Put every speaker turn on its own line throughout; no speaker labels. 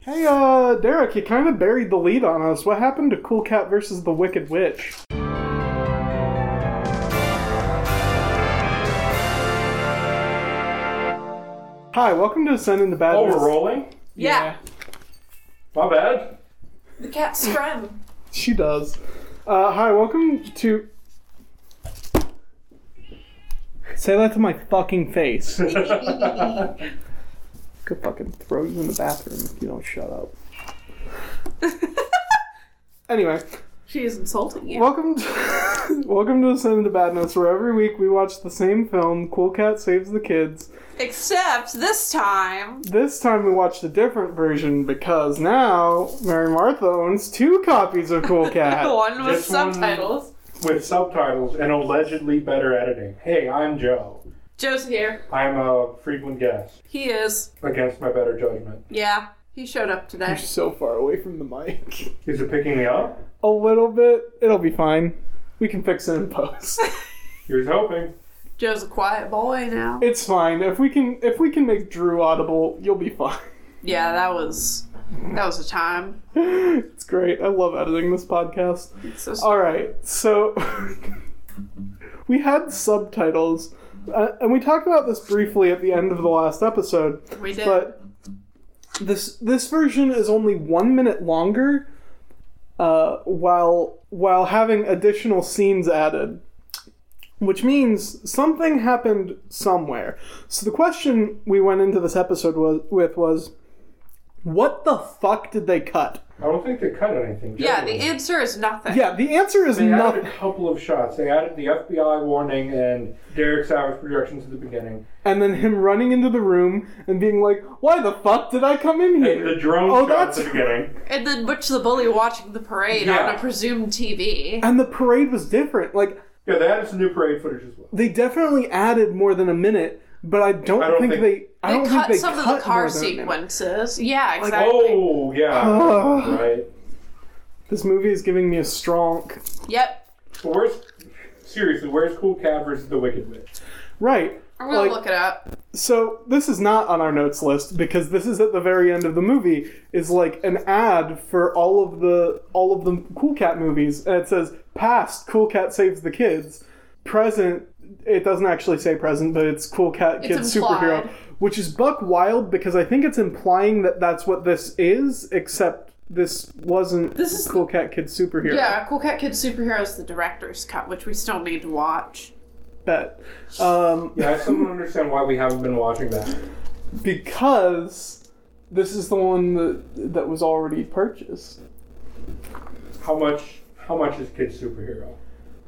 Hey, uh, Derek, you kind of buried the lead on us. What happened to Cool Cat versus the Wicked Witch? Hi, welcome to Sun in the Bad.
Oh, we're rolling?
Yeah.
My bad.
The cat scram.
She does. Uh, hi, welcome to. Say that to my fucking face. Could fucking throw you in the bathroom if you don't shut up. anyway,
She is insulting you.
welcome to welcome to the Sin of the Badness, where every week we watch the same film. Cool Cat saves the kids.
Except this time.
This time we watched a different version because now Mary Martha owns two copies of Cool Cat.
The one with
this one-
subtitles.
With subtitles and allegedly better editing. Hey, I'm Joe.
Joe's here.
I'm a frequent guest
He is.
against my better judgment.
Yeah. He showed up
You're
today.
so far away from the mic.
Is it picking me up?
A little bit. It'll be fine. We can fix it in post.
Here's hoping.
Joe's a quiet boy now.
it's fine. If we can if we can make Drew audible, you'll be fine.
Yeah, that was that was a time.
it's great. I love editing this podcast.
So
All right, so we had subtitles, uh, and we talked about this briefly at the end of the last episode.
we did.
But this this version is only one minute longer, uh, while while having additional scenes added, which means something happened somewhere. So the question we went into this episode was, with was, what the fuck did they cut?
I don't think they cut anything.
yeah, the
generally.
answer is nothing.
Yeah, the answer is
They
nothing.
added a couple of shots. They added the FBI warning and Derek Savage projection to the beginning.
and then him running into the room and being like, "Why the fuck did I come in here?"
The drone
Oh,
shot
that's-
at the beginning.
And then Butch the Bully watching the parade
Yeah.
on a presumed TV.
and the parade was different. Like
Yeah, they added some new parade footage as well.
they definitely added more than a minute, but I don't,
I don't
think,
think-
they. I
They
don't
cut
think they
some
cut
of the car
more than a minute.
sequences. Yeah, exactly.
Oh, yeah.
Ugh.
right.
This movie is giving me a strong.
Yep.
But where's. Seriously, where's Cool Cat versus the Wicked Witch?
Right.
I'm gonna
Like-
look it up.
So this is not on our notes list because this is at the very end of the movie. Is like an ad for all of the all of the Cool Cat movies, and it says past Cool Cat saves the kids, present. It doesn't actually say present, but it's Cool Cat
It's
Kids
implied.
Superhero, which is Buck Wild because I think it's implying that that's what this is, except this wasn't
This is-
Cool Cat Kids Superhero.
Yeah, Cool Cat Kid Superhero is the director's cut, which we still need to watch.
bet. Um,
Yeah, I still don't understand why we haven't been watching that.
because this is the one that that was already purchased.
How much? How much is Kid Superhero?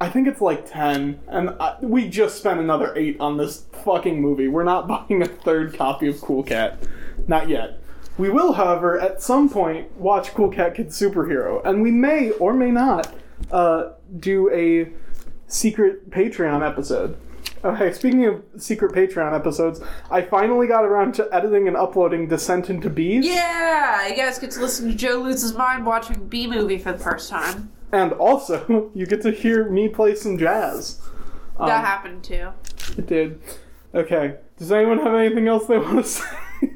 I think it's like 10, and I, we just spent another 8 on this fucking movie. We're not buying a third copy of Cool Cat. Not yet. We will, however, at some point watch Cool Cat Kid Superhero, and we may or may not uh, do a secret Patreon episode. Okay, speaking of secret Patreon episodes, I finally got around to editing and uploading Descent into Bees.
Yeah, you guys get to listen to Joe lose his mind watching B movie for the first time.
And also, you get to hear me play some jazz.
That happened too.
It did. Okay. Does anyone have anything else they want to say?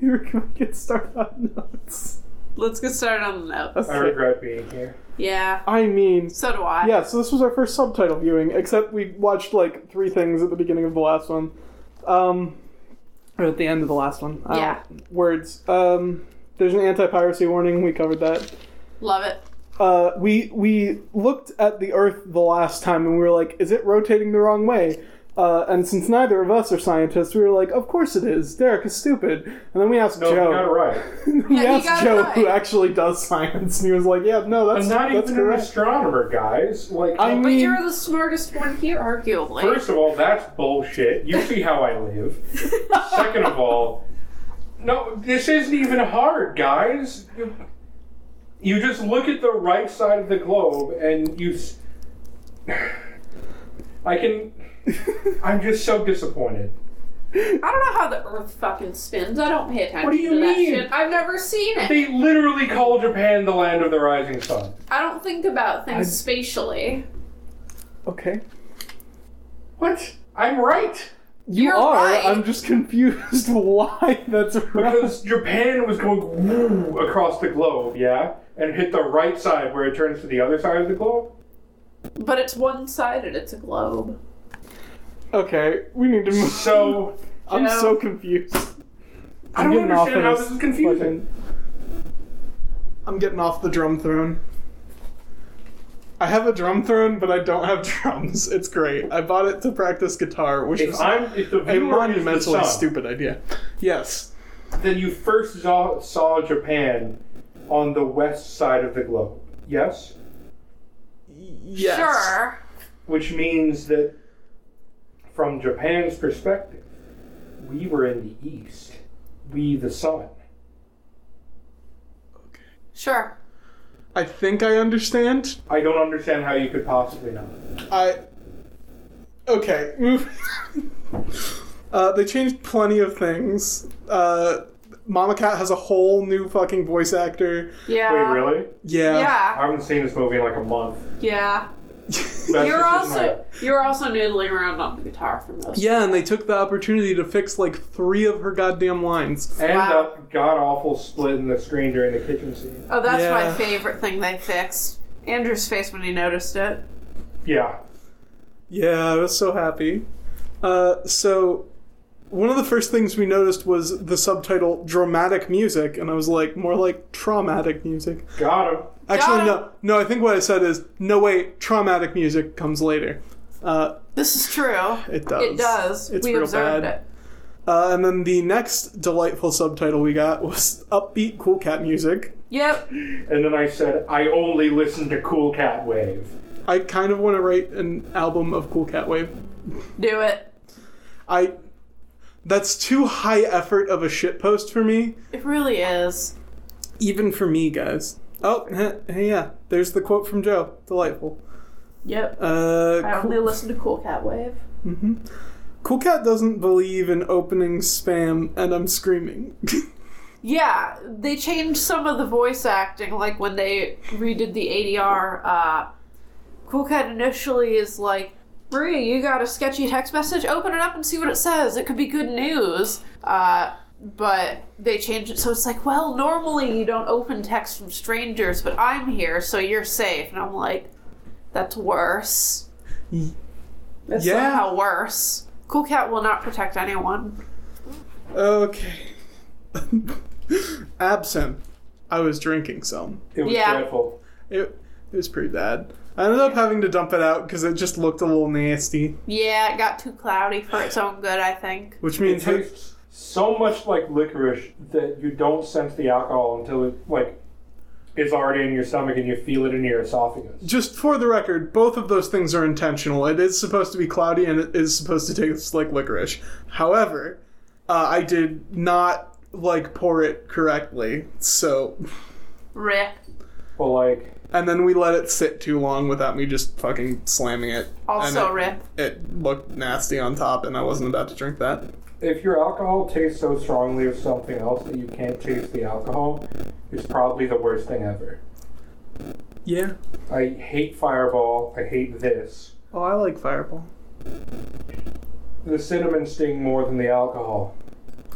We're gonna get started on notes.
Let's get started on the notes.
I regret being here.
Yeah,
I mean,
so do I.
yeah. So this was our first subtitle viewing, except we watched like three things at the beginning of the last one, um, or at the end of the last one. I don't-
Yeah.
Words. Um, there's an anti-piracy warning. We covered that.
Love it.
uh, we we looked at the Earth the last time and we were like, is it rotating the wrong way? Uh, and since neither of us are scientists, we were like, of course it is. Derek is stupid. And then we asked
No, you got it
Joe.
right.
we
Yeah, he
asked
got it
Joe, who
right.
actually does science, and he was like, yeah, no, that's
I'm not
that's
even an
correct.
astronomer, guys. Like,
I
But
mean-
you're the smartest one here, arguably.
first of all, that's bullshit. You see how I live. Second of all, no, this isn't even hard, guys. You- You just look at the right side of the globe, and you. s- I can. I'm just so disappointed.
I don't know how the Earth fucking spins. I don't pay attention
What do you
to that
mean?
shit. I've never seen it.
They literally call Japan the land of the rising sun.
I don't think about things
I-
spatially.
okay.
What? I'm right.
You
You're
are.
right.
I'm just confused why that's right.
Because Japan was going woo across the globe, yeah? And hit the right side where it turns to the other side of the globe.
But it's one sided, it's a globe.
Okay, we need to move.
So,
I'm
Joe.
so confused.
I
I'm
don't
getting off
understand how
of
this is confusing.
fucking- I'm getting off the drum throne. I have a drum throne, but I don't have drums. It's great. I bought it to practice guitar, which
If
is
I'm if the
a
viewer is the
monumentally
sun,
stupid idea. Yes.
then you first saw, saw Japan on the west side of the globe. Yes,
Yes.
Sure.
which means that from Japan's perspective, we were in the east. We the sun.
Sure.
I think I understand.
I don't understand how you could possibly not.
I. Okay, move. uh, they changed plenty of things. Uh, Mama Cat has a whole new fucking voice actor.
Yeah.
Wait, really? I
Yeah.
haven't seen this movie in like a month.
Yeah.
That's
You're
just my-
also you're also noodling around on the guitar from those.
Yeah, and they took the opportunity to fix like three of her goddamn lines.
and
Wow.
that god awful split in the screen during the kitchen scene.
Oh, that's my
Yeah.
favorite thing they fixed. Andrew's face when he noticed it.
Yeah.
Yeah, I was so happy. Uh, so, one of the first things we noticed was the subtitle "Dramatic Music," and I was like, more like traumatic music.
Got him.
Actually,
Got
no, no. I think what I said is, no wait, traumatic music comes later. Uh,
This is true.
it does.
It does.
It's
we
real
observed
bad. Uh, and then the next delightful subtitle we got was upbeat cool cat music.
it. Yep.
And then I said, I only listen to Cool Cat Wave.
I kind of want to write an album of cool cat wave.
Do it.
I. That's too high effort of a shitpost for me.
It really is.
even for me, guys. Oh, heh, hey, yeah. There's the quote from Joe. Delightful.
Yep. I
Uh,
only
cool,
listen to Cool Cat Wave.
cool Cat doesn't believe in opening spam, and I'm screaming.
Yeah, they changed some of the voice acting, like when they redid the ADR. Uh, cool Cat initially is like, Maria, you got a sketchy text message? Open it up and see what it says. It could be good news. Uh, but they changed it so it's like, well, normally you don't open text from strangers, but I'm here, so you're safe. And I'm like, that's worse.
Y-
That's
yeah.
somehow worse. Cool Cat will not protect anyone.
okay. Absinthe. I was drinking some.
It was
Yeah.
dreadful.
It, it was pretty bad. I ended up having to dump it out because it just looked a little nasty,
Yeah, it got too cloudy for its own good, I think.
which
It
means that
tastes so much like licorice that you don't sense the alcohol until it like is already in your stomach and you feel it in your esophagus.
just for the record, both of those things are intentional. It is supposed to be cloudy and it is supposed to taste like licorice. However, uh, I did not like pour it correctly, so
Rip.
But like,
and then we let it sit too long without me just fucking slamming it.
Also
and
rip.
it, it looked nasty on top, and I wasn't about to drink that.
if your alcohol tastes so strongly of something else that you can't taste the alcohol, it's probably the worst thing ever.
Yeah.
I hate Fireball. I hate this.
Oh, I like Fireball.
The cinnamon sting more than the alcohol.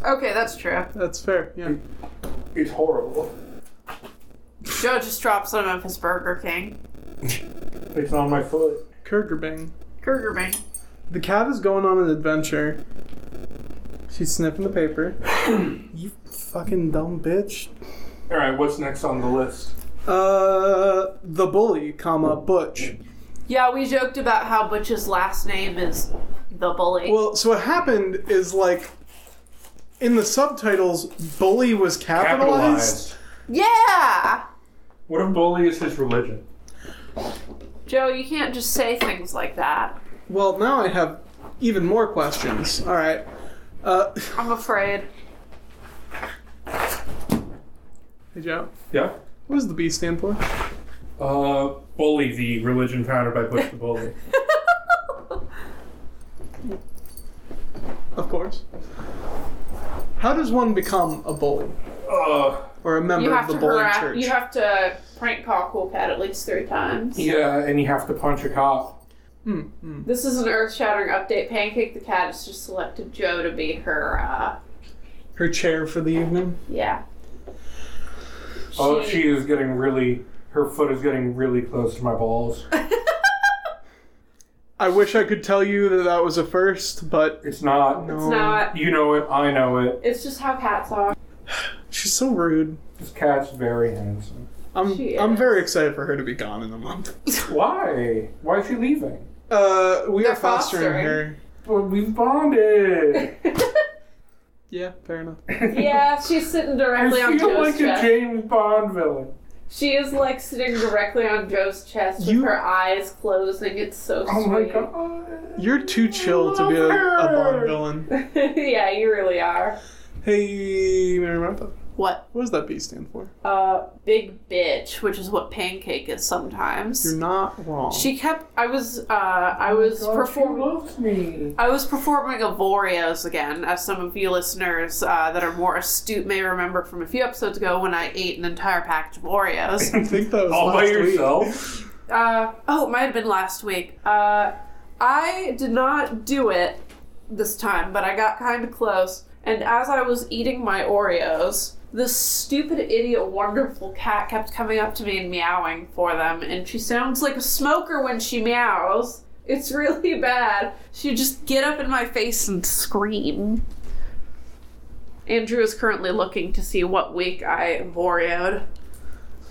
Okay, that's true.
That's fair. Yeah.
It's horrible.
Joe just dropped some of his Burger King.
It's on my foot.
Kurgerbang.
Burger King.
The cat is going on an adventure. She's sniffing the paper. you fucking dumb bitch.
All right, what's next on the list?
Uh, the bully, comma Butch.
Yeah, we joked about how Butch's last name is the bully.
Well, so what happened is like in the subtitles, bully was capitalized.
Capitalized.
yeah!
What if bully is his religion?
Joe, you can't just say things like that.
Well, now I have even more questions. All right. Uh,
I'm afraid.
hey Joe,
Yeah.
what does the B stand for?
Uh, bully, the religion founded by Bush the Bully.
Of course. How does one become a bully
uh,
or a member
You
of
have
the
to
bully
harass,
church?
you have to prank call Cool Cat at least three times.
yeah, and you have to punch a cop.
Mm, mm.
This is an earth shattering update. Pancake the Cat has just selected Joe to be her, uh,
Her chair for the evening.
yeah.
Oh, she is getting really. Her foot is getting really close to my balls.
I wish I could tell you that that was a first, but
It's not.
no.
It's not.
You know it. I know it.
It's just how cats are.
She's so rude.
This cat's very handsome.
I'm
She
I'm
is.
very excited for her to be gone in a month.
Why? Why is she leaving?
Uh, we
They're
are fostering,
fostering.
her.
Well, we've bonded.
Yeah, fair enough.
yeah, she's sitting
I
directly on
feel
Joe's
like a
chest.
James Bond villain.
she is like sitting directly on Joe's chest
You-
with her eyes closing. It's so
Oh
sweet.
my god.
You're too chill to be a, a Bond villain.
yeah, you really are.
Hey, Mary Martha.
What?
What does that B stand for?
Uh, big bitch, which is what pancake is sometimes.
You're not wrong.
She kept. I was. Uh, I was
Oh God,
performing.
She loves me.
I was performing Avorios again, as some of you listeners uh, that are more astute may remember from a few episodes ago when I ate an entire package of Oreos.
I think that was
All by
last week.
yourself?
uh, oh, it might have been last week. Uh, I did not do it this time, but I got kind of close. And as I was eating my Oreos, this stupid idiot wonderful cat kept coming up to me and meowing for them. And she sounds like a smoker when she meows. It's really bad. She'd just get up in my face and scream. Andrew is currently looking to see what week I voreoed.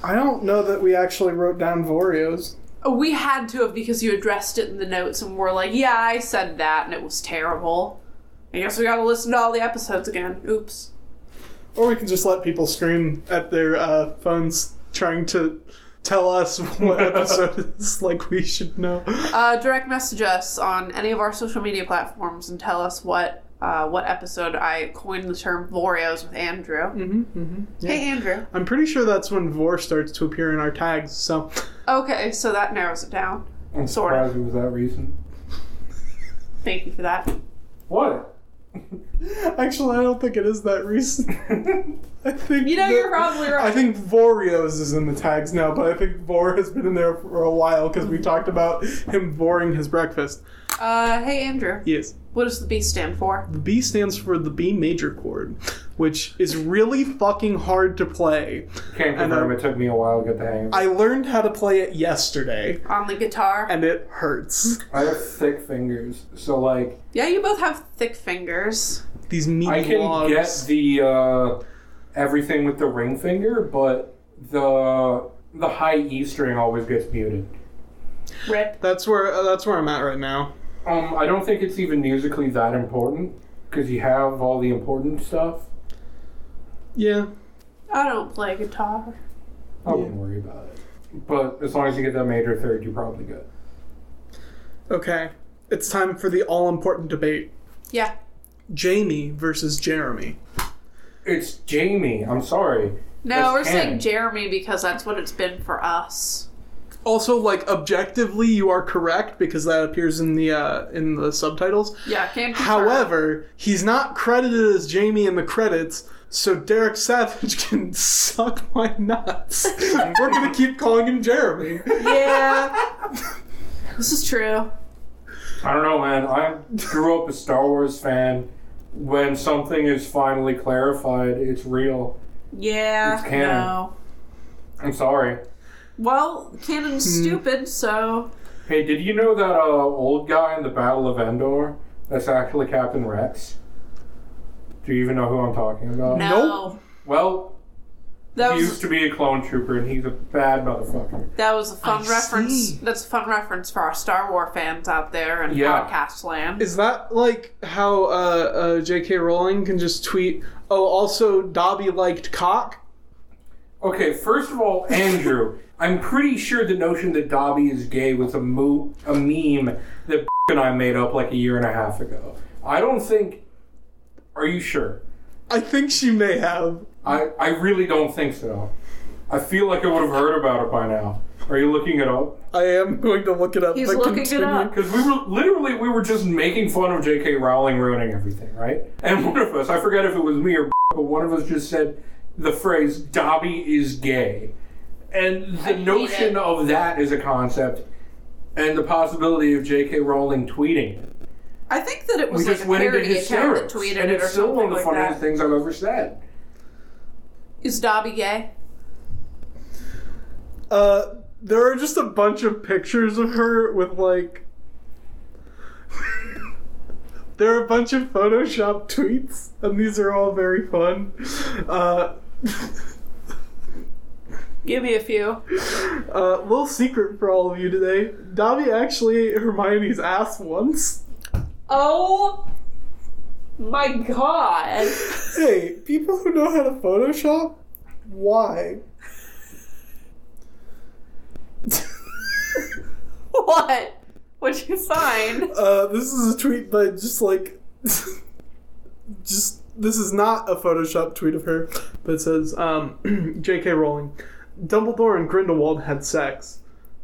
I don't know that we actually wrote down Voreos.
We had to have because you addressed it in the notes and we're like, yeah, I said that and it was terrible. I guess we gotta listen to all the episodes again. Oops.
Or we can just let people scream at their uh, phones trying to tell us what episode is like we should know.
Uh, direct message us on any of our social media platforms and tell us what uh, what episode I coined the term Voreos with Andrew.
Mm-hmm, mm-hmm.
Hey, Andrew.
I'm pretty sure that's when Vor starts to appear in our tags, so
Okay, so that narrows it down.
I'm
Sort of.
surprised it was that recent.
Thank you for that.
What?
actually I don't think it is that recent. I think
You know,
that-
you're probably right.
I think Voreos is in the tags now, but I think Vor has been in there for a while because we talked about him voring his breakfast.
Uh, hey, Andrew.
Yes.
What does the B stand for?
The B stands for the B major chord, which is really fucking hard to play.
Can't
I know.
confirm. It took me a while to get the hang of it.
I learned how to play it yesterday,
On the guitar.
and it hurts.
I have thick fingers, so like
yeah, you both have thick fingers.
These meaty
I can
logs.
get the uh, everything with the ring finger, but the the high E string always gets muted.
Rip.
that's where uh, that's where I'm at right now.
Um, I don't think it's even musically that important because you have all the important stuff.
Yeah.
I don't play guitar.
I wouldn't worry about it. But as long as you get that major third, you're probably good.
Okay. It's time for the all-important debate:
Yeah.
Jamie versus Jeremy.
It's Jamie. I'm sorry. That's
No, we're
canon.
saying Jeremy because that's what it's been for us.
Also, like objectively, you are correct because that appears in the uh, in the subtitles.
Yeah, can't confirm.
However, he's not credited as Jamie in the credits, so Derek Savage can suck my nuts. We're gonna keep calling him Jeremy.
Yeah. this is true.
I don't know, man. I grew up a Star Wars fan. When something is finally clarified, it's real.
Yeah.
It's canon.
No.
I'm sorry.
Well, canon's
Hmm.
stupid, so
Hey, did you know that uh, old guy in the Battle of Endor? That's actually Captain Rex. Do you even know who I'm talking about?
no.
Nope.
Well,
That
he used
was
to be a clone trooper, and he's a bad motherfucker.
that was a fun
I
reference.
see.
That's a fun reference for our Star Wars fans out there and
Yeah.
podcast land.
Is that like how uh, uh, J.K. Rowling can just tweet? Oh, also Dobby liked cock.
Okay, first of all, Andrew, I'm pretty sure the notion that Dobby is gay was a mo- a meme that and I made up like a year and a half ago. I don't think. Are you sure?
I think she may have.
I, I really don't think so. I feel like I would have heard about it by now. Are you looking it up?
I am going to look it up.
He's
but
looking it
continue.
up.
Because we were literally we were just making fun of J.K. Rowling ruining everything, right? And one of us, I forget if it was me or, but one of us just said the phrase "Dobby is gay," and the
hate
notion
it.
of that as a concept and the possibility of J.K. Rowling tweeting. it.
I think that it
We
was like
just
a
went into
parody account that
hysterics,
tweeted
and
it or
it's still one
something
of the
like
funniest
that.
things I've ever said.
Is Dobby gay?
Uh, there are just a bunch of pictures of her with like. there are a bunch of Photoshop tweets, and these are all very fun. Uh,
Give me a few.
uh, little secret for all of you today: Dobby actually ate Hermione's ass once.
Oh my god.
Hey, people who know how to Photoshop, why?
What? What'd you find?
Uh, this is a tweet by just like, just this is not a Photoshop tweet of her, but it says, um, "J.K. Rowling, Dumbledore and Grindelwald had sex.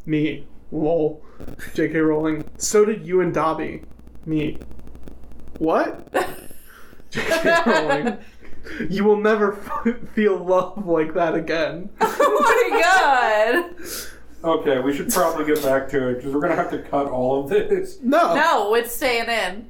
Me, lol. J.K. Rowling, so did you and Dobby. Me, what? J.K. Rowling, you will never f- feel love like that again.
oh my god.
Okay, we should probably get back to it because we're gonna have to cut all of this.
No,
No, it's staying in.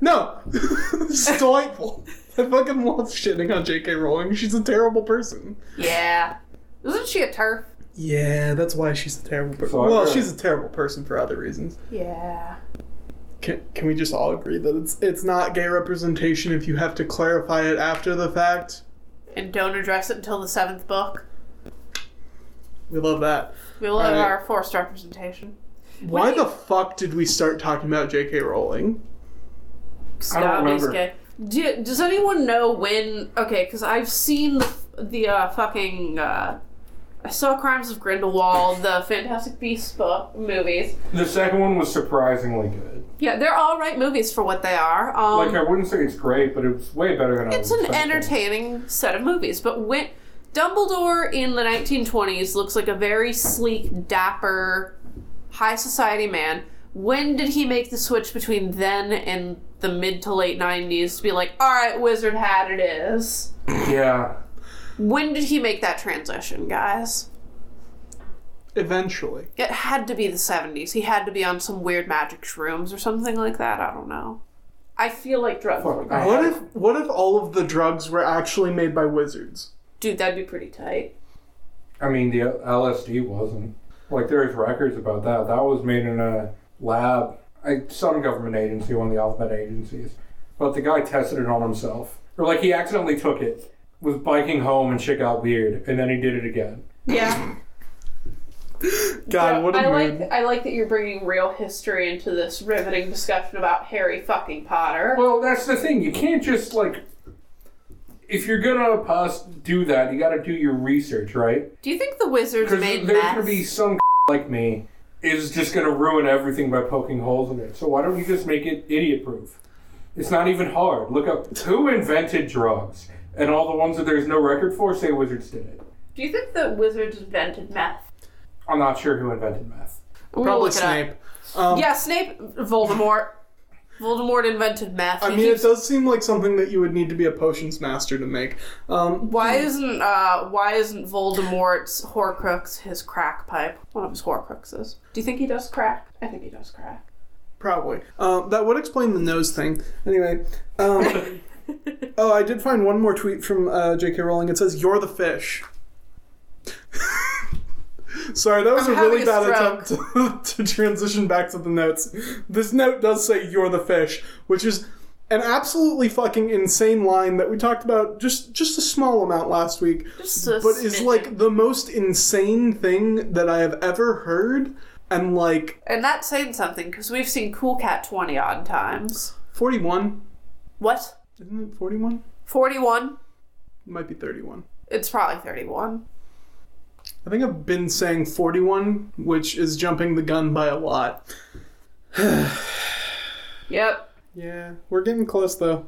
no, it's delightful." I fucking love shitting on J.K. Rowling. She's a terrible person.
Yeah. Isn't she a turf?
Yeah, that's why she's a terrible person.
So I've
Well,
heard.
she's a terrible person for other reasons.
Yeah.
Can, can we just all agree that it's it's not gay representation if you have to clarify it after the fact?
And don't address it until the seventh book.
We love that.
We will have
Right.
our forced representation.
Why
do you-
the fuck did we start talking about J.K. Rowling?
I don't
Dobby's
remember.
gay. Do, does anyone know when? Okay, because I've seen the, the uh, fucking. Uh, I saw Crimes of Grindelwald, the Fantastic Beasts book movies.
The second one was surprisingly good.
Yeah, they're all right movies for what they are. Um,
Like I wouldn't say it's great, but it was way better than I
It's
was
an
expecting.
entertaining set of movies, but when Dumbledore in the 1920s looks like a very sleek, dapper, high society man. When did he make the switch between then and the mid to late 90s to be like, all right, wizard hat it is?
Yeah,
When did he make that transition, guys?
Eventually.
It had to be the 70s. He had to be on some weird magic shrooms or something like that. I don't know. I feel like drugs.
Fuck, I
What
had-
if what if all of the drugs were actually made by wizards?
Dude, that'd be pretty tight.
I mean the LSD wasn't like there's records about that. That was made in a lab, I, some government agency, one of the alphabet agencies. But the guy tested it on himself, or like he accidentally took it, was biking home, and shit got weird, and then he did it again.
Yeah.
God,
Yeah,
what a
I
mood.
like I like that you're bringing real history into this riveting discussion about Harry fucking Potter.
Well, that's the thing. You can't just like if you're gonna pos- do that, you got to do your research, right?
Do you think the wizards
Because
made
there's
meth?
gonna be some like me is just gonna ruin everything by poking holes in it. So why don't you just make it idiot proof? It's not even hard. Look up who invented drugs, and all the ones that there's no record for say wizards did it.
Do you think that wizards invented meth?
I'm not sure who invented meth.
I'm gonna
Probably
look it up.
Snape. Um,
Yeah, Snape, Voldemort. Voldemort invented meth.
I
He
mean, it
keeps-
does seem like something that you would need to be a potions master to make. Um,
why isn't uh, why isn't Voldemort's Horcrux his crack pipe? One of his Horcruxes. Do you think he does crack? I think he does crack.
Probably. Um, that would explain the nose thing. Anyway, um, oh, I did find one more tweet from uh, J.K. Rowling. It says, "You're the fish." Sorry, that was
I'm
a really
having a
bad attempt to, to transition back to the notes. This note does say, "You're the fish," which is an absolutely fucking insane line that we talked about just just a small amount last week
Just a
but is
smidgen.
like the most insane thing that I have ever heard and like
and that's saying something because we've seen Cool Cat twenty odd times.
41
What?
Isn't it 41?
Forty one?
It might be 31.
It's probably thirty one.
I think I've been saying 41, which is jumping the gun by a lot.
Yep.
Yeah, we're getting close though.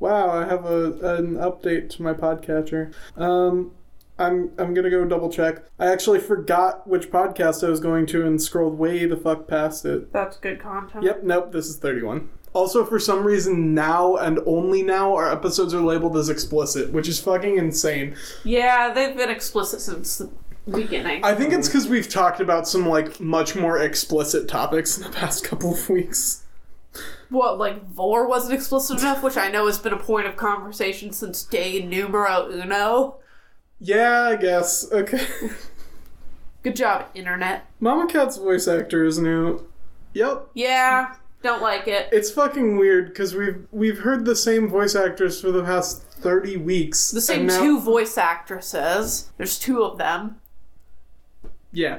Wow, I have a an update to my podcatcher. Um I'm I'm gonna go double check. I actually forgot which podcast I was going to and scrolled way the fuck past it.
That's good content.
Yep, nope, this is 31. Also, for some reason, now and only now, our episodes are labeled as explicit, which is fucking insane.
Yeah, they've been explicit since the beginning.
I think it's because we've talked about some like much more explicit topics in the past couple of weeks.
what, like Vor wasn't explicit enough, which I know has been a point of conversation since day numero uno.
Yeah, I guess. Okay.
Good job, internet.
Mama Cat's voice actor is new. Yep.
Yeah, don't like it.
It's fucking weird because we've we've heard the same voice actors for the past thirty weeks.
The same
and now-
two voice actresses. There's two of them.
Yeah.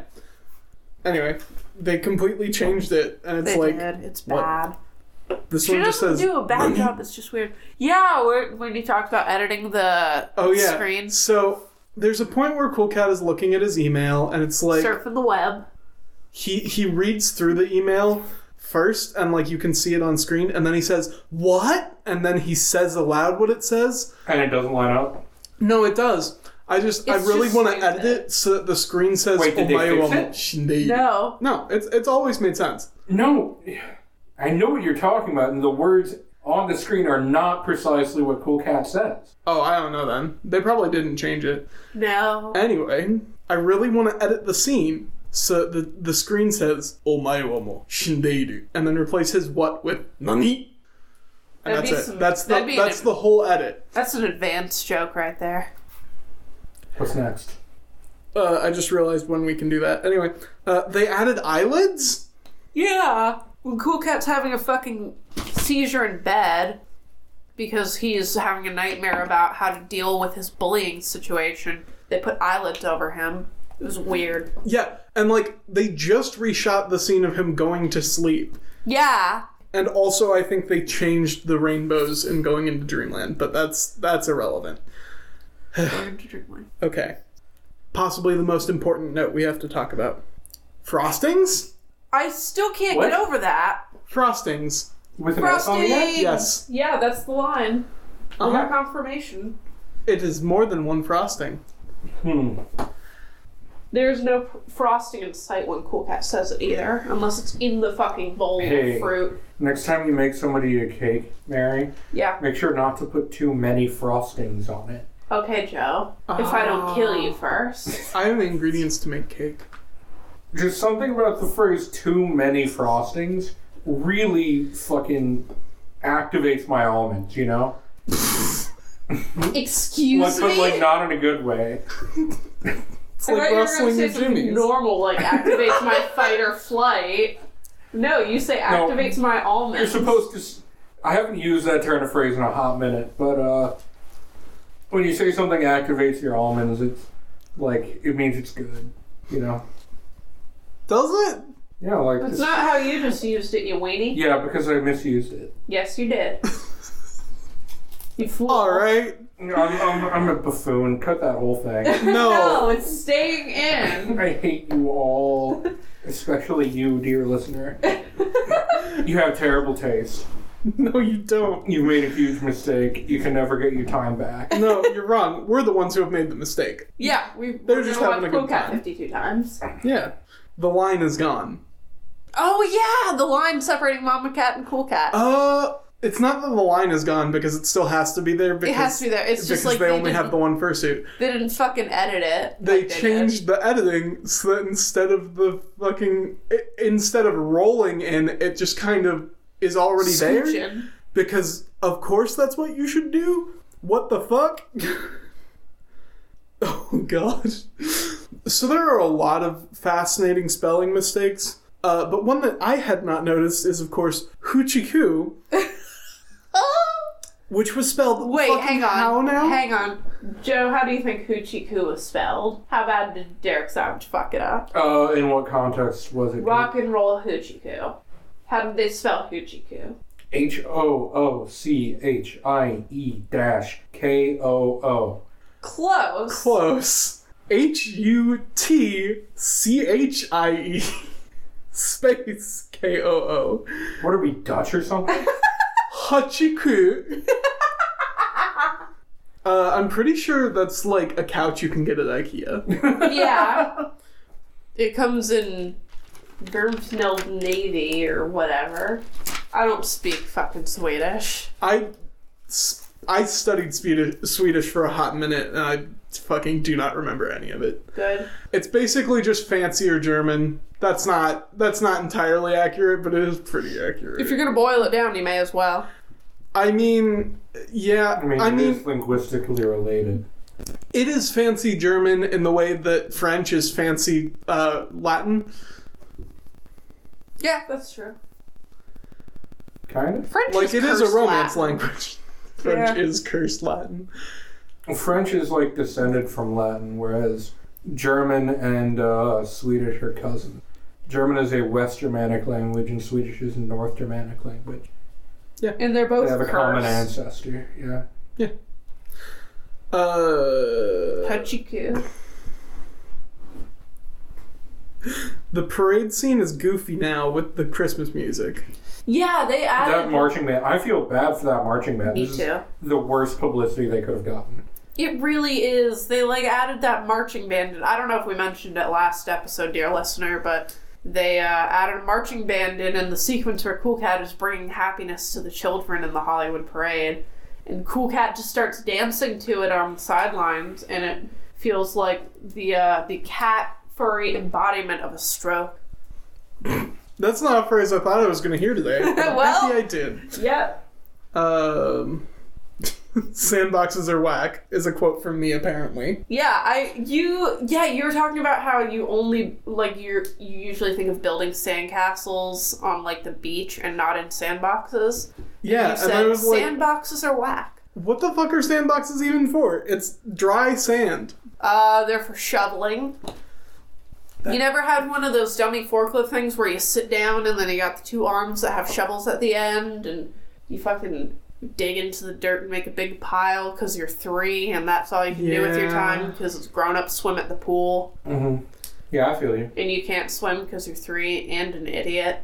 Anyway, they completely changed it, and it's
They
like
did. It's
what?
bad.
this
She
one just
doesn't
says.
do a bad job. It's just weird. Yeah, where, when you talked about editing the
Oh yeah.
screen,
So there's a point where Cool Cat is looking at his email, and it's like
surfing the web.
he he reads through the email first, and like you can see it on screen, and then he says what, and then he says aloud what it says.
And it doesn't line up.
No, it does. I just I
It's
really
just
want to
like
edit
that.
it so that the screen says "Oh,
Wait, did they
"Omae wa
fix
Shinderu."
No,
No, it's it's always made sense.
No, I know what you're talking about, and the words on the screen are not precisely what Cool Cat says.
Oh, I don't know then. They probably didn't change it.
no.
Anyway, I really want to edit the scene so the the screen says "Oh, "Omae wa mo Shinderu" and then replace his what with "Nani." And that's
That'd be
it.
some-
that's the
that'd be an-
that's the whole edit.
That's an advanced joke right there.
What's next?
Uh, I just realized when we can do that. Anyway, uh, they added eyelids.
Yeah, when Cool Cat's having a fucking seizure in bed because he is having a nightmare about how to deal with his bullying situation, they put eyelids over him. It was weird.
Yeah, and like they just reshot the scene of him going to sleep.
Yeah,
And also, I think they changed the rainbows in going into Dreamland, but that's that's irrelevant.
Going to Dreamland.
Okay, possibly the most important note we have to talk about: frostings.
I still can't
What?
get over that.
Frostings.
With an S on
Frosty.
the end?
Yes.
Yeah, that's the line.
Uh-huh.
More confirmation.
It is more than one frosting.
Hmm.
There's no p- frosting in sight when Cool Cat says it either, unless it's in the fucking bowl
Hey.
of fruit.
Next time you make somebody a cake, Mary,
Yeah.
make sure not to put too many frostings on it.
Okay, Joe. If I don't kill you first.
I have the ingredients to make cake.
Just something about the phrase too many frostings really fucking activates my almonds, you know? Like,
Excuse
but
me.
like not in a good way.
It's
I thought
like
you were
rustling
gonna
your
say something
jimmies.
normal, like activates my fight or flight. No, you say activates my almonds.
You're supposed to. s- I haven't used that turn of phrase in a hot minute, but uh, when you say something activates your almonds, it's like it means it's good, you know?
Does it?
Yeah, like
That's
this-
not how you just used it, you weenie.
yeah, because I misused it.
Yes, you did. You fool.
All right.
I'm, I'm, I'm a buffoon. Cut that whole thing.
No.
no, it's staying in.
I hate you all, especially you, dear listener. You have terrible taste.
No, you don't.
You made a huge mistake. You can never get your time back.
No, you're wrong. We're the ones who have made the mistake.
Yeah, we
They're
we're
just
gonna
having
watch
a good
Cool Cat
time.
52 times.
Yeah. The line is gone.
Oh yeah, the line separating Mama Cat and Cool Cat.
Uh, it's not that the line is gone because it still has to be there. Because,
it has to be there. It's
Because
just like
they,
they,
only
didn't,
have the one fursuit.
they didn't fucking edit it.
They
like
changed the editing so that instead of the fucking i instead of rolling in, it just kind of is already
did.
there.
Scooching.
Because of course that's what you should do. What the fuck? oh god. So there are a lot of fascinating spelling mistakes. Uh, but one that I had not noticed is, of course, Huchiku,
Oh!
which was spelled
Wait,
fucking
hang
how
on.
now?
Hang on. Joe, how do you think Hoochie Coo was spelled? How bad did Derek Savage fuck it up?
Uh, in what context was it?
Rock and roll Hoochie Coo. How did they spell Hoochie Coo?
H O O C H I E dash K O O.
Close.
Close. H U T C H I E space K O O.
What are we Dutch or something?
Hachiku. Uh, I'm pretty sure that's like a couch you can get at IKEA.
Yeah. It comes in Germsneld Navy or whatever. I don't speak fucking Swedish.
I, s- I studied Swedish, Swedish for a hot minute, and I fucking do not remember any of it.
Good.
It's basically just fancier German. That's not that's not entirely accurate, but it is pretty accurate.
If you're gonna boil it down, you may as well.
I mean, yeah,
I mean,
I mean
it is linguistically related.
it is fancy German in the way that French is fancy uh, Latin.
Yeah, that's true.
Kind
French
Like
is
it is a
cursed
romance
Latin.
language. French
Yeah.
is cursed Latin.
of. French is like descended from Latin, whereas German and uh, Swedish are cousins. German is a West Germanic language, and Swedish is a North Germanic language.
And they're both
They have a common
cursed.
ancestor. Yeah.
Uh,
Hachiku.
the parade scene is goofy now with the Christmas music.
Yeah, they
That
added.
marching band. I feel bad for that marching band.
Me
This is
too.
the worst publicity they could have gotten.
It really is. They like added that marching band. I don't know if we mentioned it last episode, dear listener, but they uh, added a marching band in, and the sequence where Cool Cat is bringing happiness to the children in the Hollywood Parade, and Cool Cat just starts dancing to it on the sidelines, and it feels like the uh, the cat furry embodiment of a stroke.
That's not a phrase I thought I was going to hear today. but I'm
Well.
happy I did.
Yep.
Um, sandboxes are whack is a quote from me apparently.
Yeah, I you yeah you were talking about how you only like you are you usually think of building sandcastles on like the beach and not in sandboxes.
Yeah,
you
and I
said
was like,
sandboxes are whack.
what the fuck are sandboxes even for? It's dry sand.
Uh, they're for shoveling. You never had one of those dummy forklift things where you sit down and then you got the two arms that have shovels at the end and you fucking dig into the dirt and make a big pile because you're three and that's all you can do with your
Yeah.
time because grown ups swim at the pool.
Mm-hmm. Yeah, I feel you.
and you can't swim because you're three and an idiot.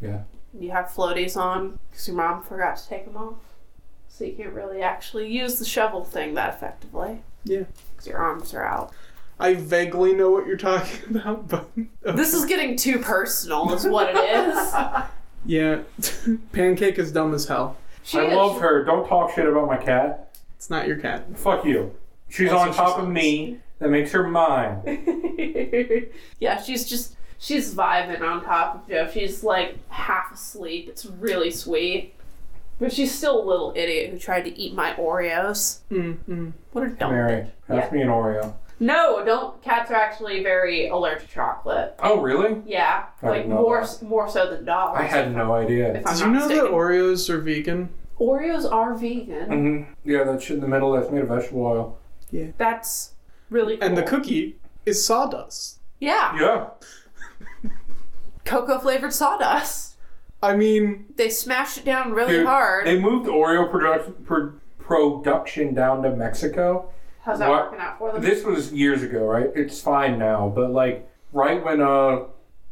Yeah.
You have floaties on because your mom forgot to take them off. So you can't really actually use the shovel thing that effectively.
Yeah.
Because your arms are out.
I vaguely know what you're talking about, but oh.
This is getting too personal, is what it is.
yeah, pancake is dumb as hell.
She
I
is-
love her. Don't talk shit about my cat.
It's not your cat.
Fuck you. She's
That's
on
what
top
she
of
says.
me. That makes her mine.
yeah, she's just. She's vibing on top of Joe. She's like half asleep. It's really sweet. But she's still a little idiot who tried to eat my Oreos.
Mm-mm.
What a dumb
Mary, pass
Yeah.
me an Oreo.
No, don't. Cats are actually very allergic to chocolate.
Oh, really?
Yeah,
I
like
didn't know
more
that.
s- more so than dogs.
I had no idea.
If I'm
Did you
not
know that
mistaken.
Oreos are vegan?
Oreos are vegan.
hmm Yeah, that shit in the middle that's made of vegetable oil.
That's really cool.
And the cookie is sawdust.
yeah,
Yeah.
cocoa flavored sawdust.
I mean,
They smashed it down really
Dude,
hard.
They moved Oreo produc- pro- production down to Mexico.
How's that
what-
working out for them?
This was years ago, right? It's fine now, but like right when uh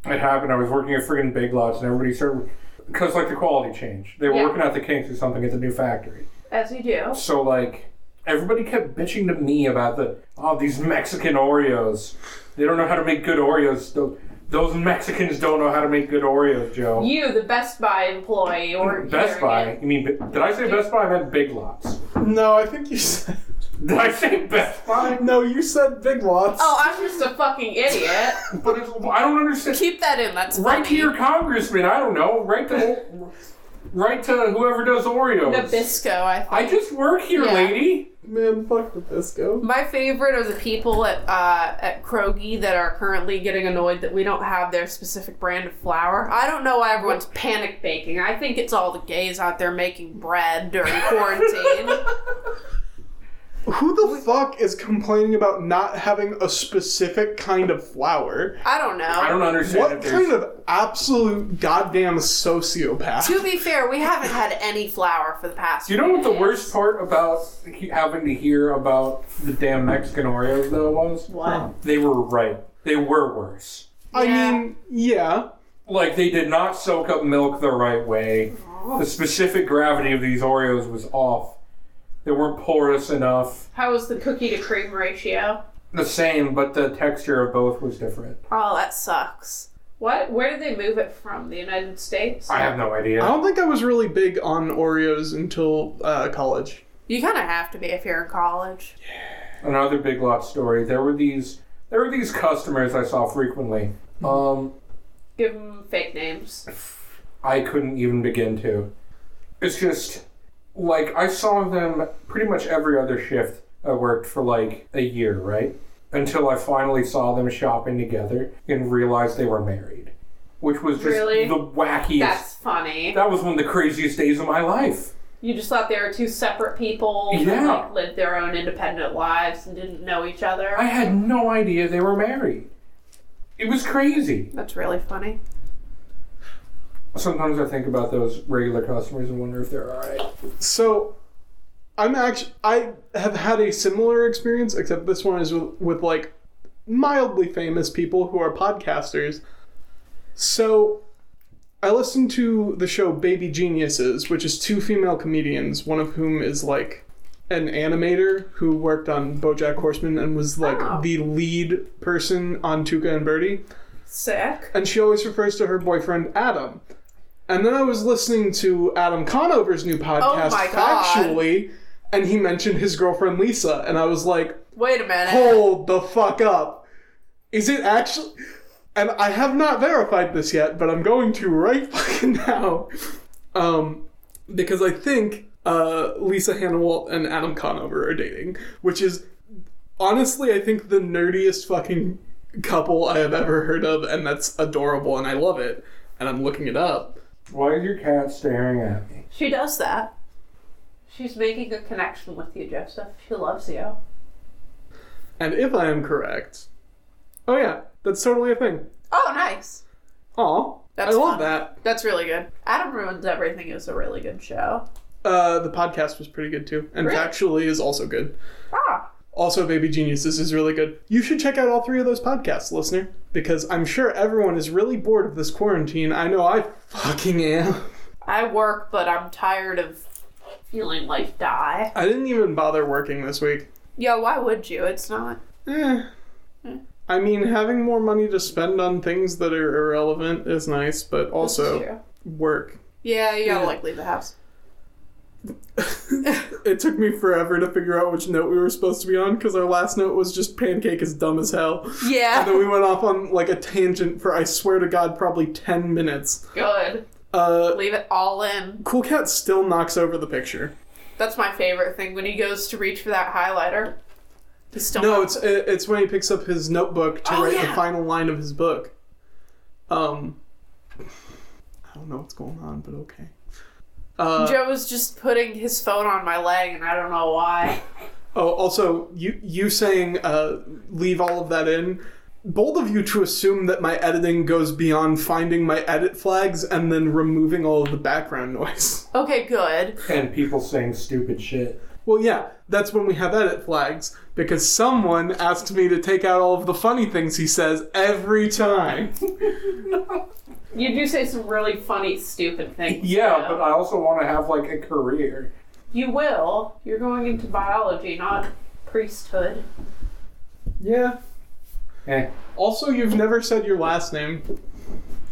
it happened, I was working at friggin' Big Lots, and everybody started because like the quality changed. They were
Yeah.
working out the kinks or something at the new factory.
As you do.
So like everybody kept bitching to me about the oh these Mexican Oreos. They don't know how to make good Oreos. Tho- Those Mexicans don't know how to make good Oreos, Joe.
You, the Best Buy employee, or
Best Buy. You mean Bi- did I say Best Buy? I meant Big Lots.
no, I think you said
Did I say Best Buy?
no. You said Big Lots.
Oh, I'm just a fucking idiot.
But it's, I don't understand.
Keep that in. That's
Write to
funny.
your congressman. I don't know. Write to write to whoever does Oreos.
Nabisco, I think.
I just work here,
Yeah.
lady.
man, fuck the Bisco.
My favorite are the people at uh, at Krogi that are currently getting annoyed that we don't have their specific brand of flour. I don't know why everyone's panic baking. I think it's all the gays out there making bread during quarantine.
Who the fuck is complaining about not having a specific kind of flour?
I don't know.
I don't understand.
What
if there's-
kind of absolute goddamn sociopath?
to be fair, we haven't had any flour for the past.
Do you know what the worst part about he- having to hear about the damn Mexican Oreos though was?
What?
They were right. They were worse.
I
Yeah.
mean, yeah.
Like they did not soak up milk the right way. The specific gravity of these Oreos was off. They weren't porous enough.
How was the cookie to cream ratio?
The same, but the texture of both was different.
Oh, that sucks. What? Where did they move it from? The United States?
I have no idea.
I don't think I was really big on Oreos until uh, college.
You kind of have to be if you're in college.
another Big Lot story. There were these there were these customers I saw frequently. Um,
Give them fake names.
I couldn't even begin to. It's just like I saw them pretty much every other shift I worked for like a year, right? Until I finally saw them shopping together and realized they were married, which was just
Really?
the wackiest.
That's funny.
that was one of the craziest days of my life.
You just thought they were two separate people who
Yeah.
like, lived their own independent lives and didn't know each other.
I had no idea they were married. It was crazy.
That's really funny.
Sometimes I think about those regular customers and wonder if they're alright.
So, I'm actually I have had a similar experience, except this one is with, with like mildly famous people who are podcasters. So, I listened to the show Baby Geniuses, which is two female comedians, one of whom is like an animator who worked on BoJack Horseman and was like
Oh.
the lead person on Tuca and Birdie
Sick.
and she always refers to her boyfriend Adam. And then I was listening to Adam Conover's new podcast,
Oh my God.
Factually, and he mentioned his girlfriend Lisa, and I was like,
Wait a minute.
hold the fuck up. Is it actually. And I have not verified this yet, but I'm going to right fucking now. Um, because I think uh, Lisa Hannawalt and Adam Conover are dating, which is honestly, I think the nerdiest fucking couple I have ever heard of, and that's adorable, and I love it. And I'm looking it up.
Why is your cat staring at me?
She does that. She's making a connection with you, Joseph. She loves you.
And if I am correct, oh yeah, that's totally a thing.
Oh, nice.
Aw,
That's
I love
fun.
that.
That's really good. Adam Ruins Everything is a really good show.
Uh, the podcast was pretty good too, and
Really?
factually is also good.
Ah,
Also, Baby Genius, this is really good. You should check out all three of those podcasts, listener, because I'm sure everyone is really bored of this quarantine. I know I fucking am.
I work, but I'm tired of feeling life die.
I didn't even bother working this week.
Yo, why would you? It's not.
Eh. I mean, having more money to spend on things that are irrelevant is nice, but also
true.
work.
Yeah, you gotta
Yeah.
like leave the house.
It took me forever to figure out which note we were supposed to be on because our last note was just pancake is dumb as hell. And then
Yeah.
we went off on like a tangent for I swear to God probably ten minutes.
Good.
Uh,
Leave it all in.
cool cat still knocks over the picture.
That's my favorite thing when he goes to reach for that highlighter. He's still
No, it's it- it's when he picks up his notebook to
Oh,
write the
yeah.
final line of his book. Um, I don't know what's going on, but okay. Uh,
Joe was just putting his phone on my leg, and I don't know why.
Oh, also, you you saying uh, leave all of that in. Bold of you to assume that my editing goes beyond finding my edit flags and then removing all of the background noise.
Okay, good.
And people saying stupid shit.
Well, yeah, that's when we have edit flags because someone asked me to take out all of the funny things he says every time.
You do say some really funny, stupid things.
Yeah, but I also want to have like a career.
you will. You're going into biology, not priesthood.
Yeah.
Eh,
Also, you've never said your last name.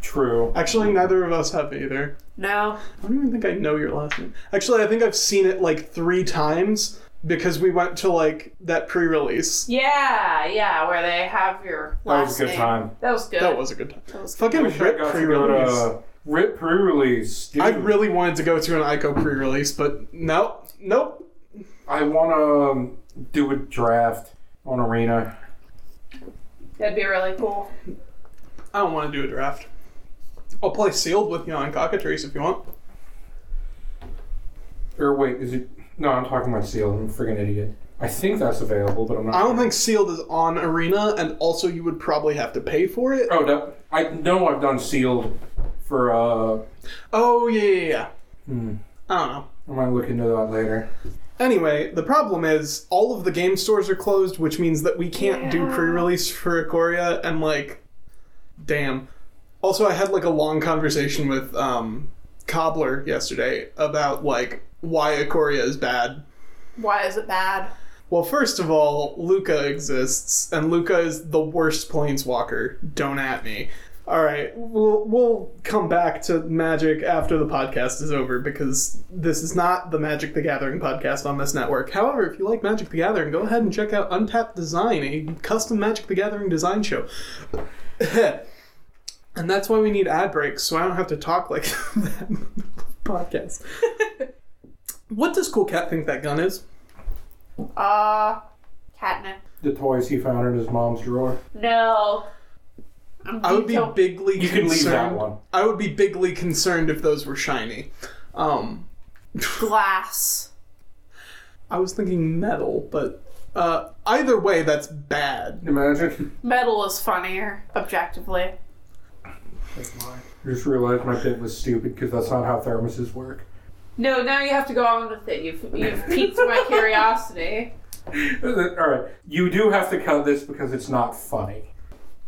true.
Actually, neither of us have either.
No.
I don't even think I know your last name. Actually, I think I've seen it like three times because we went to like that pre-release.
Yeah, yeah, where they have your
That
last
was a good
name.
time.
That was good.
That was a good time.
That was good.
Fucking
Wish I
rip
got to go
pre-release.
to uh, Rip pre-release. Dude.
I really wanted to go to an Ico pre-release, but no, nope.
I want to um, do a draft on Arena.
That'd be really cool.
I don't want to do a draft. I'll play sealed with you on Cockatrice if you want.
Or wait, is it? No, I'm talking about Seal. I'm a freaking idiot. I think that's available, but I'm not.
I don't
sure.
think sealed is on Arena, and also you would probably have to pay for it.
Oh, that, I know I've done sealed for. uh...
Oh yeah, yeah, yeah.
Hmm,
I don't know.
I might look into that later.
Anyway, the problem is all of the game stores are closed, which means that we can't do
Yeah.
pre-release for Ikoria, and like, damn. Also, I had like a long conversation with um, Cobbler yesterday about like why Ikoria is bad.
Why is it bad?
Well, first of all, Luca exists, and Luca is the worst planeswalker. Don't at me. All right, we'll we'll come back to magic after the podcast is over because this is not the Magic the Gathering podcast on this network. However, if you like Magic the Gathering, go ahead and check out Untapped Design, a custom Magic the Gathering design show. and that's why we need ad breaks, so I don't have to talk like that in the podcast. what does Cool Cat think that gun is?
Uh, catnip.
The toys he found in his mom's drawer.
No. I'm
I would be
detail-
bigly
You
concerned.
can leave that one.
I would be bigly concerned if those were shiny. Um,
glass.
I was thinking metal, but uh, either way, that's bad.
Imagine.
Metal is funnier, objectively.
I just realized my bit was stupid because that's not how thermoses work.
No, now you have to go on with it. You've, you've piqued my curiosity.
All right, you do have to cut this because it's not funny.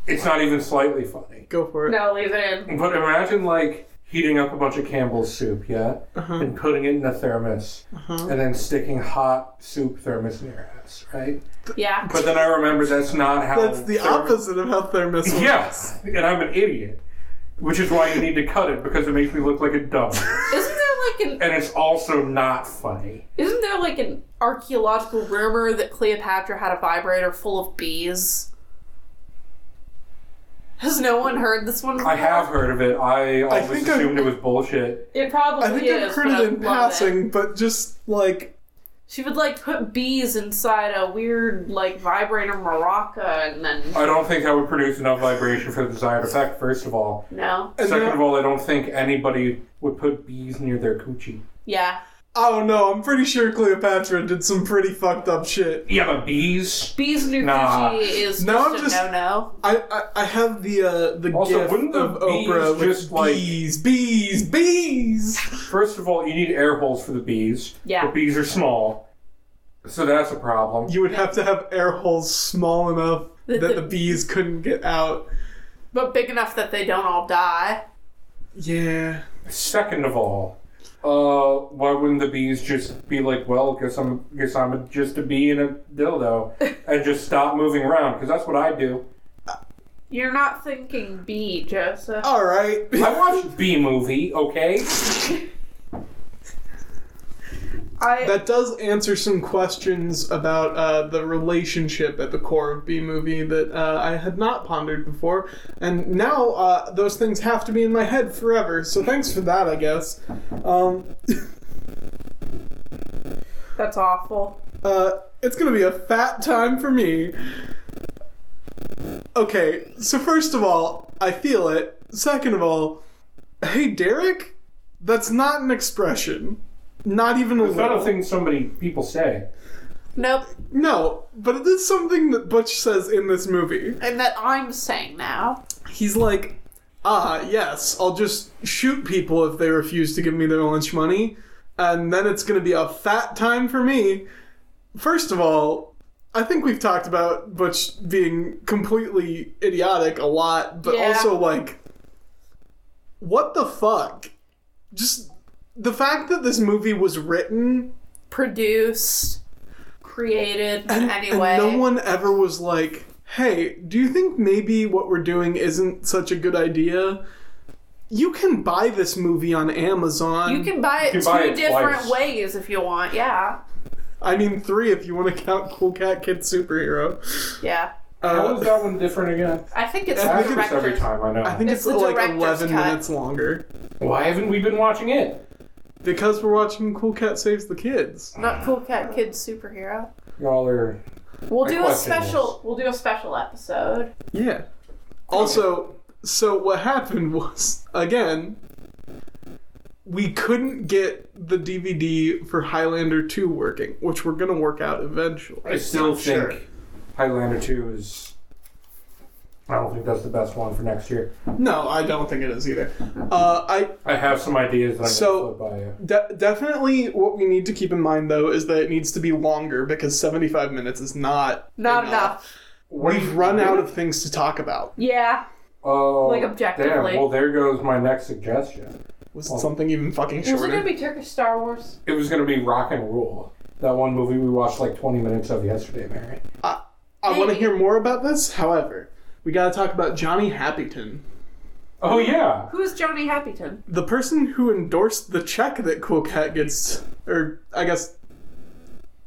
It's not even slightly funny.
Go for it.
No, leave it in.
But imagine like heating up a bunch of Campbell's soup, yeah,
Uh-huh.
and putting it in a thermos, and then sticking hot soup thermos in your ass, right?
Yeah.
But then I remember that's not how.
That's the
thermos-
opposite of how thermos works.
Yes, and I'm an idiot, which is why you need to cut it because it makes me look like a dumb.
Isn't there like an
and it's also not funny.
isn't there like an archaeological rumor that Cleopatra had a vibrator full of bees? Has no one heard this one?
I have heard of it. I
I
always
think I've-
assumed it was bullshit.
It probably
I think
is.
I've heard
but I
it in
love
passing, but just like
She would like put bees inside a weird like vibrator maraca, and then
I don't think that would produce enough vibration for the desired effect, first of all.
no,
And
Second
then-
of all, I don't think anybody would put bees near their coochie.
yeah,
I don't know. I'm pretty sure Cleopatra did some pretty fucked up shit.
Yeah, but bees.
bees new
Nah.
coochie is
No, I'm
just a
just-
no no.
I I, I have the uh, the
Also,
gift
wouldn't the
of Oprah
bees
with
just, like-
bees, bees, bees.
First of all, you need air holes for the bees.
Yeah.
The bees are small. So that's a problem.
You would have to have air holes small enough
That
that
the-
the bees couldn't get out.
but big enough that they don't all die.
Yeah.
Second of all, uh, why wouldn't the bees just be like, well, guess I'm, guess I'm a- just a bee in a dildo and just stop moving around? Because that's what I do.
You're not thinking bee, Joseph.
All right.
I watched Bee Movie, okay?
I
That does answer some questions about uh, the relationship at the core of B movie that uh, I had not pondered before, and now uh, those things have to be in my head forever. So thanks for that, I guess. Um,
that's awful.
uh, it's gonna be a fat time for me. Okay, so first of all, I feel it. Second of all, hey Derek, that's not an expression. Not even a
It's not
little.
a thing somebody people say.
Nope.
No, but it is something that Butch says in this movie.
And that I'm saying now.
He's like, ah, yes, I'll just shoot people if they refuse to give me their lunch money, and then it's gonna be a fat time for me. First of all, I think we've talked about Butch being completely idiotic a lot, but
Yeah.
also like, what the fuck? Just the fact that this movie was written
Produced, created,
And-
anyway.
And no one ever was like, hey, do you think maybe what we're doing isn't such a good idea? You can buy this movie on Amazon.
you can buy it
You
two
can buy it
different
twice.
ways if you want. Yeah.
I mean, three if you want to count Cool Cat Kid Superhero.
Yeah.
How
Uh,
is that one different again?
I think it's
I
I
think
think it's
directed.
every time I know.
I think
It's
it's,
the
like
director's
11
cut.
minutes longer.
Why haven't we been watching it?
Because we're watching Cool Cat Saves the Kids.
Not Cool Cat Kid Superhero.
Y'all are.
We'll
I
do a
question
special we'll do a special episode.
Yeah. Also, so what happened was, again, we couldn't get the DVD for Highlander 2 working, which we're going to work out eventually.
I still
I'm sure.
think Highlander Two is. I don't think that's the best one for next year.
No, I don't think it is either. Uh, I
I have some ideas that I'm
So-
gonna float by you.
de- definitely what we need to keep in mind though is that it needs to be longer because 75 minutes is not
Not
enough.
enough.
What do
We've
you-
run out of things to talk about.
Yeah.
Oh,
like, objectively.
Damn. Well, there goes my next suggestion.
Was it something even fucking
Was it
shorter?
gonna be Turkish Star Wars?
It was gonna be Rock and Roll. That one movie we watched like 20 minutes of yesterday, Mary.
I want to
Maybe.
hear more about this. However, we got to talk about Johnny Happyton.
Oh yeah.
Who's Johnny Happyton?
The person who endorsed the check that Cool Cat gets, or I guess,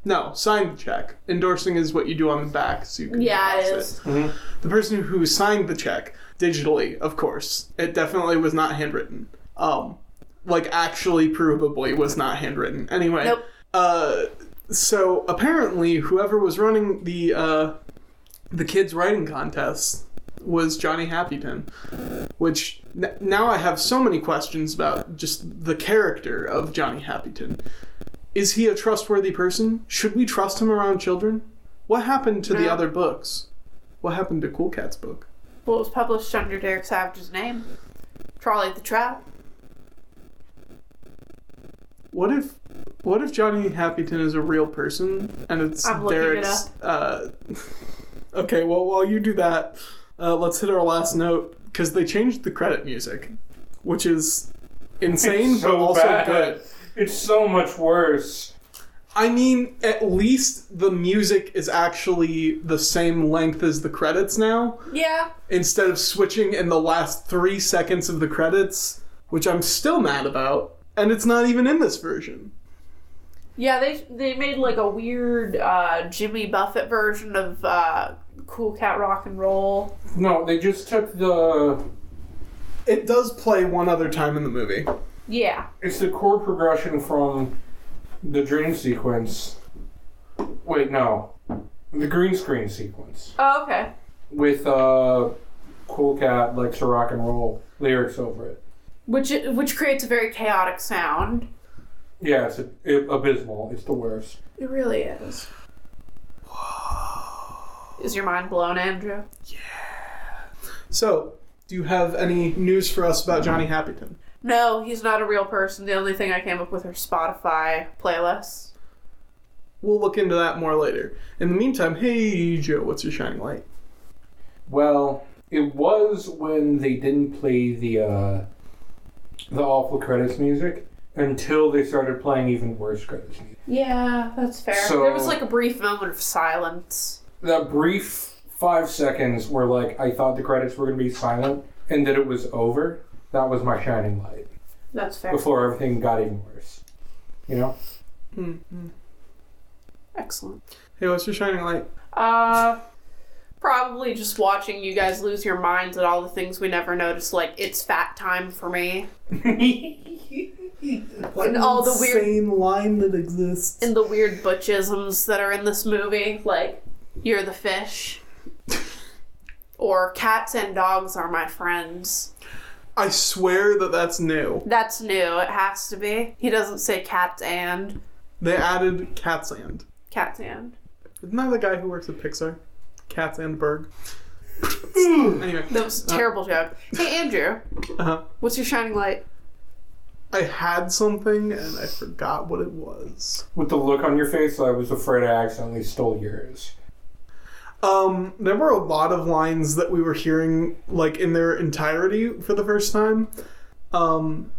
no, signed the check. Endorsing is what you do on the back, so you can
Yeah, it
box
is.
The person who signed the check digitally, of course, it definitely was not handwritten. Um, like actually provably was not handwritten. Anyway,
Nope.
uh, so apparently whoever was running the uh, the kids writing contest was Johnny Happyton, which n- now I have so many questions about just the character of Johnny Happyton. Is he a trustworthy person? Should we trust him around children? What happened to the
No.
other books? What happened to Cool Cat's book?
Well, it was published under Derek Savage's name. Trolley the Trap.
What if what if Johnny Happyton is a real person and it's
I'm looking it
Derek's uh Okay, well while you do that, uh, let's hit our last note cuz they changed the credit music, which is insane
It's so
but also
bad.
good.
It's so much worse.
I mean, at least the music is actually the same length as the credits now
Yeah.
instead of switching in the last 3 seconds of the credits, which I'm still mad about, and it's not even in this version.
Yeah, they they made like a weird uh, Jimmy Buffett version of uh, Cool Cat Rock and Roll.
No, they just took the.
It does play one other time in the movie.
Yeah.
It's the chord progression from the dream sequence. Wait, no, the green screen sequence
Oh, okay.
with uh, Cool Cat likes to rock and roll lyrics over it.
Which which creates a very chaotic sound.
Yeah, it's a, it, abysmal. It's the worst.
It really is. Is your mind blown, Andrew?
So, do you have any news for us about Johnny Happyton?
No, he's not a real person. The only thing I came up with are Spotify playlists.
We'll look into that more later. In the meantime, hey Joe, what's your shining light?
Well, it was when they didn't play the uh, the awful credits music until they started playing even worse credits music.
Yeah, that's fair.
So-
there was like a brief moment of silence.
That brief five seconds where like I thought the credits were gonna be silent and that it was over. That was my shining light
That's fair.
before everything got even worse. You know,
Excellent.
Hey, what's your shining light?
Uh, probably just watching you guys lose your minds at all the things we never noticed. Like it's fat time for me, And all the weird-
insane line that exists.
and the weird butchisms that are in this movie. Like you're the fish, or cats and dogs are my friends.
I swear that that's new.
That's new. It has to be. He doesn't say cats and
They added Catsand.
cats and.
Isn't that the guy who works at Pixar? Catsandberg. anyway,
That was a terrible joke. Hey Andrew,
uh,
what's your shining light?
I had something and I forgot what it was.
with the look on your face, I was afraid I accidentally stole yours.
Um, there were a lot of lines that we were hearing like in their entirety for the first time. Um,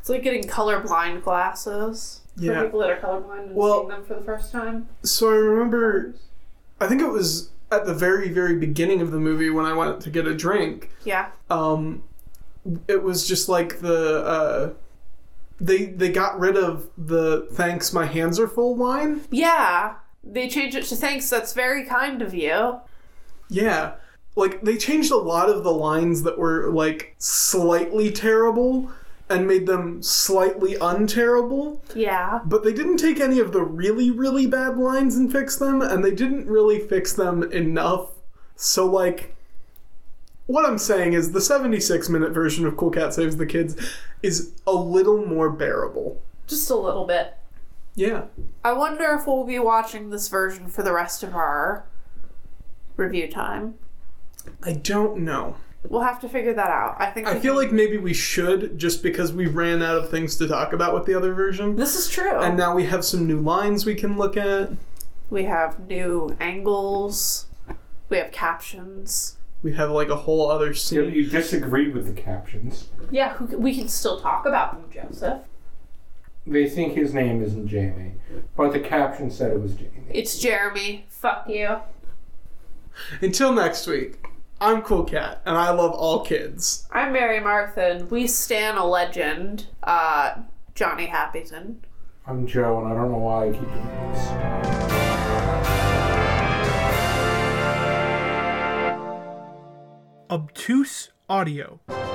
It's like getting colorblind glasses
Yeah.
for people that are colorblind and
Well-
seeing them for the first time.
so I remember, I think it was at the very, very beginning of the movie when I went to get a drink.
Yeah.
Um, it was just like the uh, they they got rid of the "Thanks, my hands are full" line.
Yeah. They change it to thanks, that's very kind of you.
Yeah. Like they changed a lot of the lines that were like slightly terrible and made them slightly unterrible,
Yeah.
but they didn't take any of the really really bad lines and fix them and they didn't really fix them enough. So like what I'm saying is the 76 minute version of Cool Cat Saves the Kids is a little more bearable.
Just a little bit.
Yeah.
I wonder if we'll be watching this version for the rest of our review time.
I don't know.
We'll have to figure that out. I think
I
we
feel
can-
like maybe we should just because we ran out of things to talk about with the other version.
this is true.
And now we have some new lines we can look at.
we have new angles. We have captions.
We have like a whole other
You,
scene.
you disagreed with the captions.
Yeah, who, we can still talk about them, Joseph.
They think his name isn't Jamie, but the caption said it was Jamie.
It's Jeremy. Fuck you.
Until next week, I'm Cool Cat, and I love all kids.
I'm Mary Marthin. We stan a legend, uh, Johnny Happyton.
I'm Joe, and I don't know why I keep doing this.
Obtuse Audio.